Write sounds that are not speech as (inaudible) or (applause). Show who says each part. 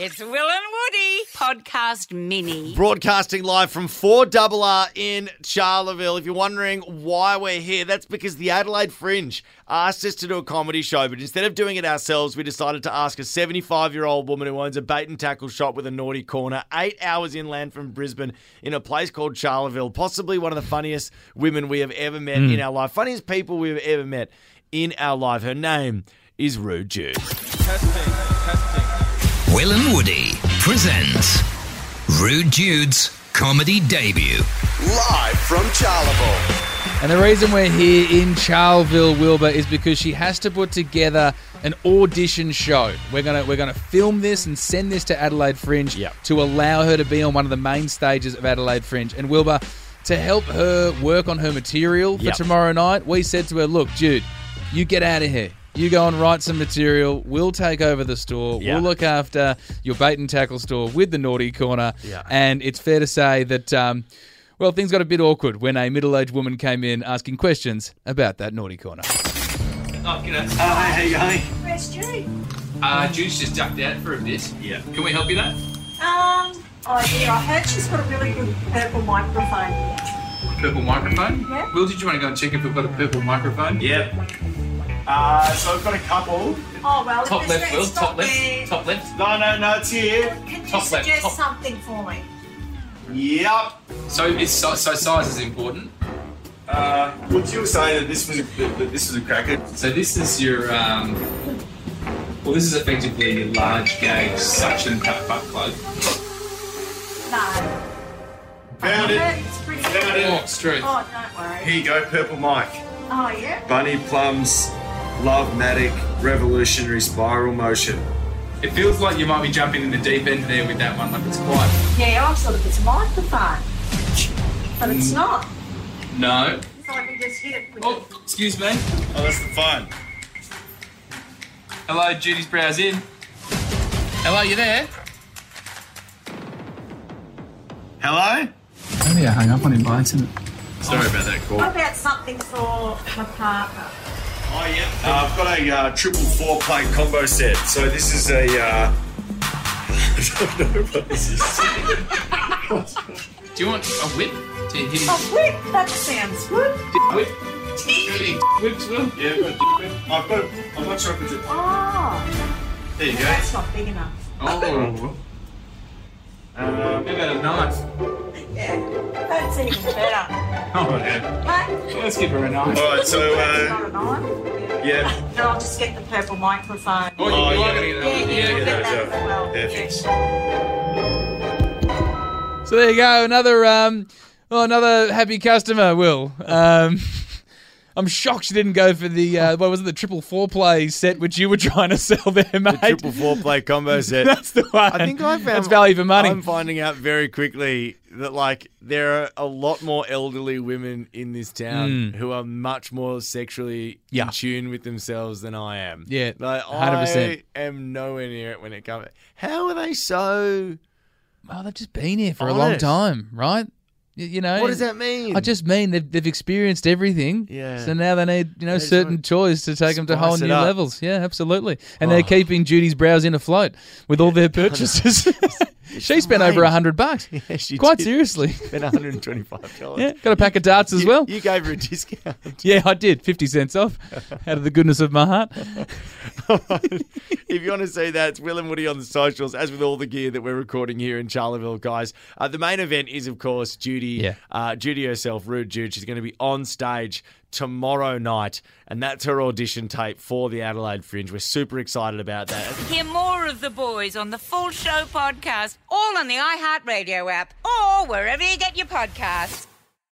Speaker 1: It's Will and Woody podcast mini.
Speaker 2: Broadcasting live from 4RR in Charleville. If you're wondering why we're here, that's because the Adelaide Fringe asked us to do a comedy show, but instead of doing it ourselves, we decided to ask a 75 year old woman who owns a bait and tackle shop with a naughty corner, eight hours inland from Brisbane, in a place called Charleville. Possibly one of the funniest women we have ever met in our life, funniest people we've ever met in our life. Her name is Rue Jude.
Speaker 3: Will and Woody presents Rude Jude's comedy debut.
Speaker 4: Live from Charleville.
Speaker 5: And the reason we're here in Charleville, Wilbur, is because she has to put together an audition show. We're gonna we're gonna film this and send this to Adelaide Fringe
Speaker 2: Yep.
Speaker 5: to allow her to be on one of the main stages of Adelaide Fringe. And Wilbur, to help her work on her material for
Speaker 2: Yep.
Speaker 5: tomorrow night, we said to her, "Look, Jude, you get out of here." You go and write some material. We'll take over the store.
Speaker 2: Yeah.
Speaker 5: We'll look after your bait and tackle store with the naughty corner.
Speaker 2: Yeah.
Speaker 5: And it's fair to say that, um, well, things got a bit awkward when a middle aged woman came in asking questions about that naughty corner.
Speaker 6: Oh,
Speaker 7: Oh,
Speaker 6: g'day.
Speaker 7: hey, how you going?
Speaker 8: Where's Jude?
Speaker 6: Uh, Jude's just ducked out for a bit.
Speaker 7: Yeah.
Speaker 6: Can we help you though?
Speaker 8: Um, oh dear, I heard she's got a really good purple microphone.
Speaker 6: Purple microphone?
Speaker 8: Yeah.
Speaker 6: Will, did you want to go and check if we've got a purple microphone?
Speaker 7: Yep. Uh, so I've got a couple.
Speaker 8: Oh well,
Speaker 6: Top
Speaker 8: if
Speaker 6: left,
Speaker 8: it's
Speaker 6: Will.
Speaker 8: not
Speaker 6: Top
Speaker 8: there,
Speaker 6: left. Top left.
Speaker 7: No, no, no, it's here.
Speaker 8: Can you
Speaker 6: top left,
Speaker 8: suggest
Speaker 6: top-
Speaker 8: something for me?
Speaker 7: Yep.
Speaker 6: So, it's, so, so size is important.
Speaker 7: Uh, would you say that this was a, that that this was a cracker?
Speaker 6: So this is your, um, well, this is effectively your large gauge suction cup butt plug.
Speaker 8: No.
Speaker 7: Found
Speaker 8: I
Speaker 7: it.
Speaker 8: heard it's pretty
Speaker 7: Found
Speaker 8: good.
Speaker 6: Oh,
Speaker 7: it.
Speaker 6: it's true.
Speaker 8: Oh, don't worry.
Speaker 7: Here you go, Purple Mike.
Speaker 8: Oh yeah?
Speaker 7: Bunny Plums, Love Matic, Revolutionary Spiral Motion.
Speaker 6: It feels like you might be jumping in the deep end there with that one. Like it's quite.
Speaker 8: Yeah, I thought it was a microphone. But it's not.
Speaker 6: No.
Speaker 8: So I can just hit it with
Speaker 6: Oh, excuse me.
Speaker 7: Oh, that's the phone.
Speaker 6: Hello, Judy's brows in. Hello, you there?
Speaker 7: Hello?
Speaker 6: Maybe I hung up on him by accident.
Speaker 7: Sorry about that call.
Speaker 8: What about something for my partner?
Speaker 7: Oh yeah, uh, I've got a uh, triple four plate combo set. So this is a. Uh, I don't know what this is.
Speaker 6: Do you want a whip? To hit his
Speaker 8: Oh good, that sounds
Speaker 6: (laughs)
Speaker 8: good.
Speaker 6: whip? Judy, whips, Will?
Speaker 7: Yeah, I've got a dick pic. I've got. A, I'm not sure if it's. A,
Speaker 8: Oh,
Speaker 7: there you go.
Speaker 8: that's not big enough.
Speaker 6: Oh.
Speaker 7: Um,
Speaker 6: How about a knife?
Speaker 8: Yeah. That's even better.
Speaker 7: all right, yeah.
Speaker 8: Hey,
Speaker 6: Let's give her a knife.
Speaker 7: All right, so
Speaker 8: that's
Speaker 7: uh,
Speaker 8: not an eye.
Speaker 7: yeah,
Speaker 8: Then I'll just get the purple microphone.
Speaker 6: Oh, you,
Speaker 7: Oh,
Speaker 6: you
Speaker 7: yeah.
Speaker 6: are going to
Speaker 8: Yeah,
Speaker 6: get
Speaker 8: yeah,
Speaker 6: that
Speaker 8: we'll
Speaker 6: one. Yeah.
Speaker 8: get
Speaker 7: yeah,
Speaker 8: that as well.
Speaker 7: yeah,
Speaker 8: Yeah.
Speaker 7: thanks.
Speaker 5: So there you go, another um, well, another happy customer. Will um, (laughs) I'm shocked she didn't go for the uh, what was it, the triple foreplay set which you were (laughs) trying to sell there, mate.
Speaker 2: Triple four play combo
Speaker 7: (laughs)
Speaker 2: set.
Speaker 5: (laughs) That's the one.
Speaker 2: I think I found
Speaker 5: that's value for money.
Speaker 2: I'm finding out very quickly that like there are a lot more elderly women in this town who are much more sexually in
Speaker 5: Hmm. Yeah.
Speaker 2: tune with themselves than I am.
Speaker 5: Yeah,
Speaker 2: like
Speaker 5: 100%.
Speaker 2: I am nowhere near it when it comes. How are they so?
Speaker 5: Well, they've just been here for a long
Speaker 2: Honest.
Speaker 5: time, right? You, you know,
Speaker 2: What does that mean?
Speaker 5: I just mean they've, they've experienced everything.
Speaker 2: Yeah.
Speaker 5: So now they need you know
Speaker 2: They just
Speaker 5: certain
Speaker 2: want
Speaker 5: joys to take them to
Speaker 2: spice
Speaker 5: whole
Speaker 2: it
Speaker 5: new
Speaker 2: up. Oh.
Speaker 5: levels. Yeah, absolutely. And they're keeping Judy's brows in afloat with
Speaker 2: (laughs)
Speaker 5: all their purchases. (laughs) she spent over a
Speaker 2: amazing.
Speaker 5: hundred bucks.
Speaker 2: (laughs) Yeah, she
Speaker 5: Quite
Speaker 2: did. (laughs)
Speaker 5: seriously.
Speaker 2: spent 125 dollars.
Speaker 5: Yeah, got a pack of darts as well.
Speaker 2: You gave her a discount.
Speaker 5: Yeah, I did. 50 cents
Speaker 2: (laughs)
Speaker 5: off out of the goodness of my heart.
Speaker 2: if you want to see that, it's Will and Woody on the socials, as with all the gear that we're recording here in Charleville, guys. Uh, the main event is, of course, Judy.
Speaker 5: Yeah.
Speaker 2: Uh, Judy herself, Rude Jude, she's going to be on stage tomorrow night, and that's her audition tape for the Adelaide Fringe. We're super excited about that.
Speaker 1: Hear more of the boys on the Full Show podcast, all on the iHeartRadio app, or wherever you get your podcasts.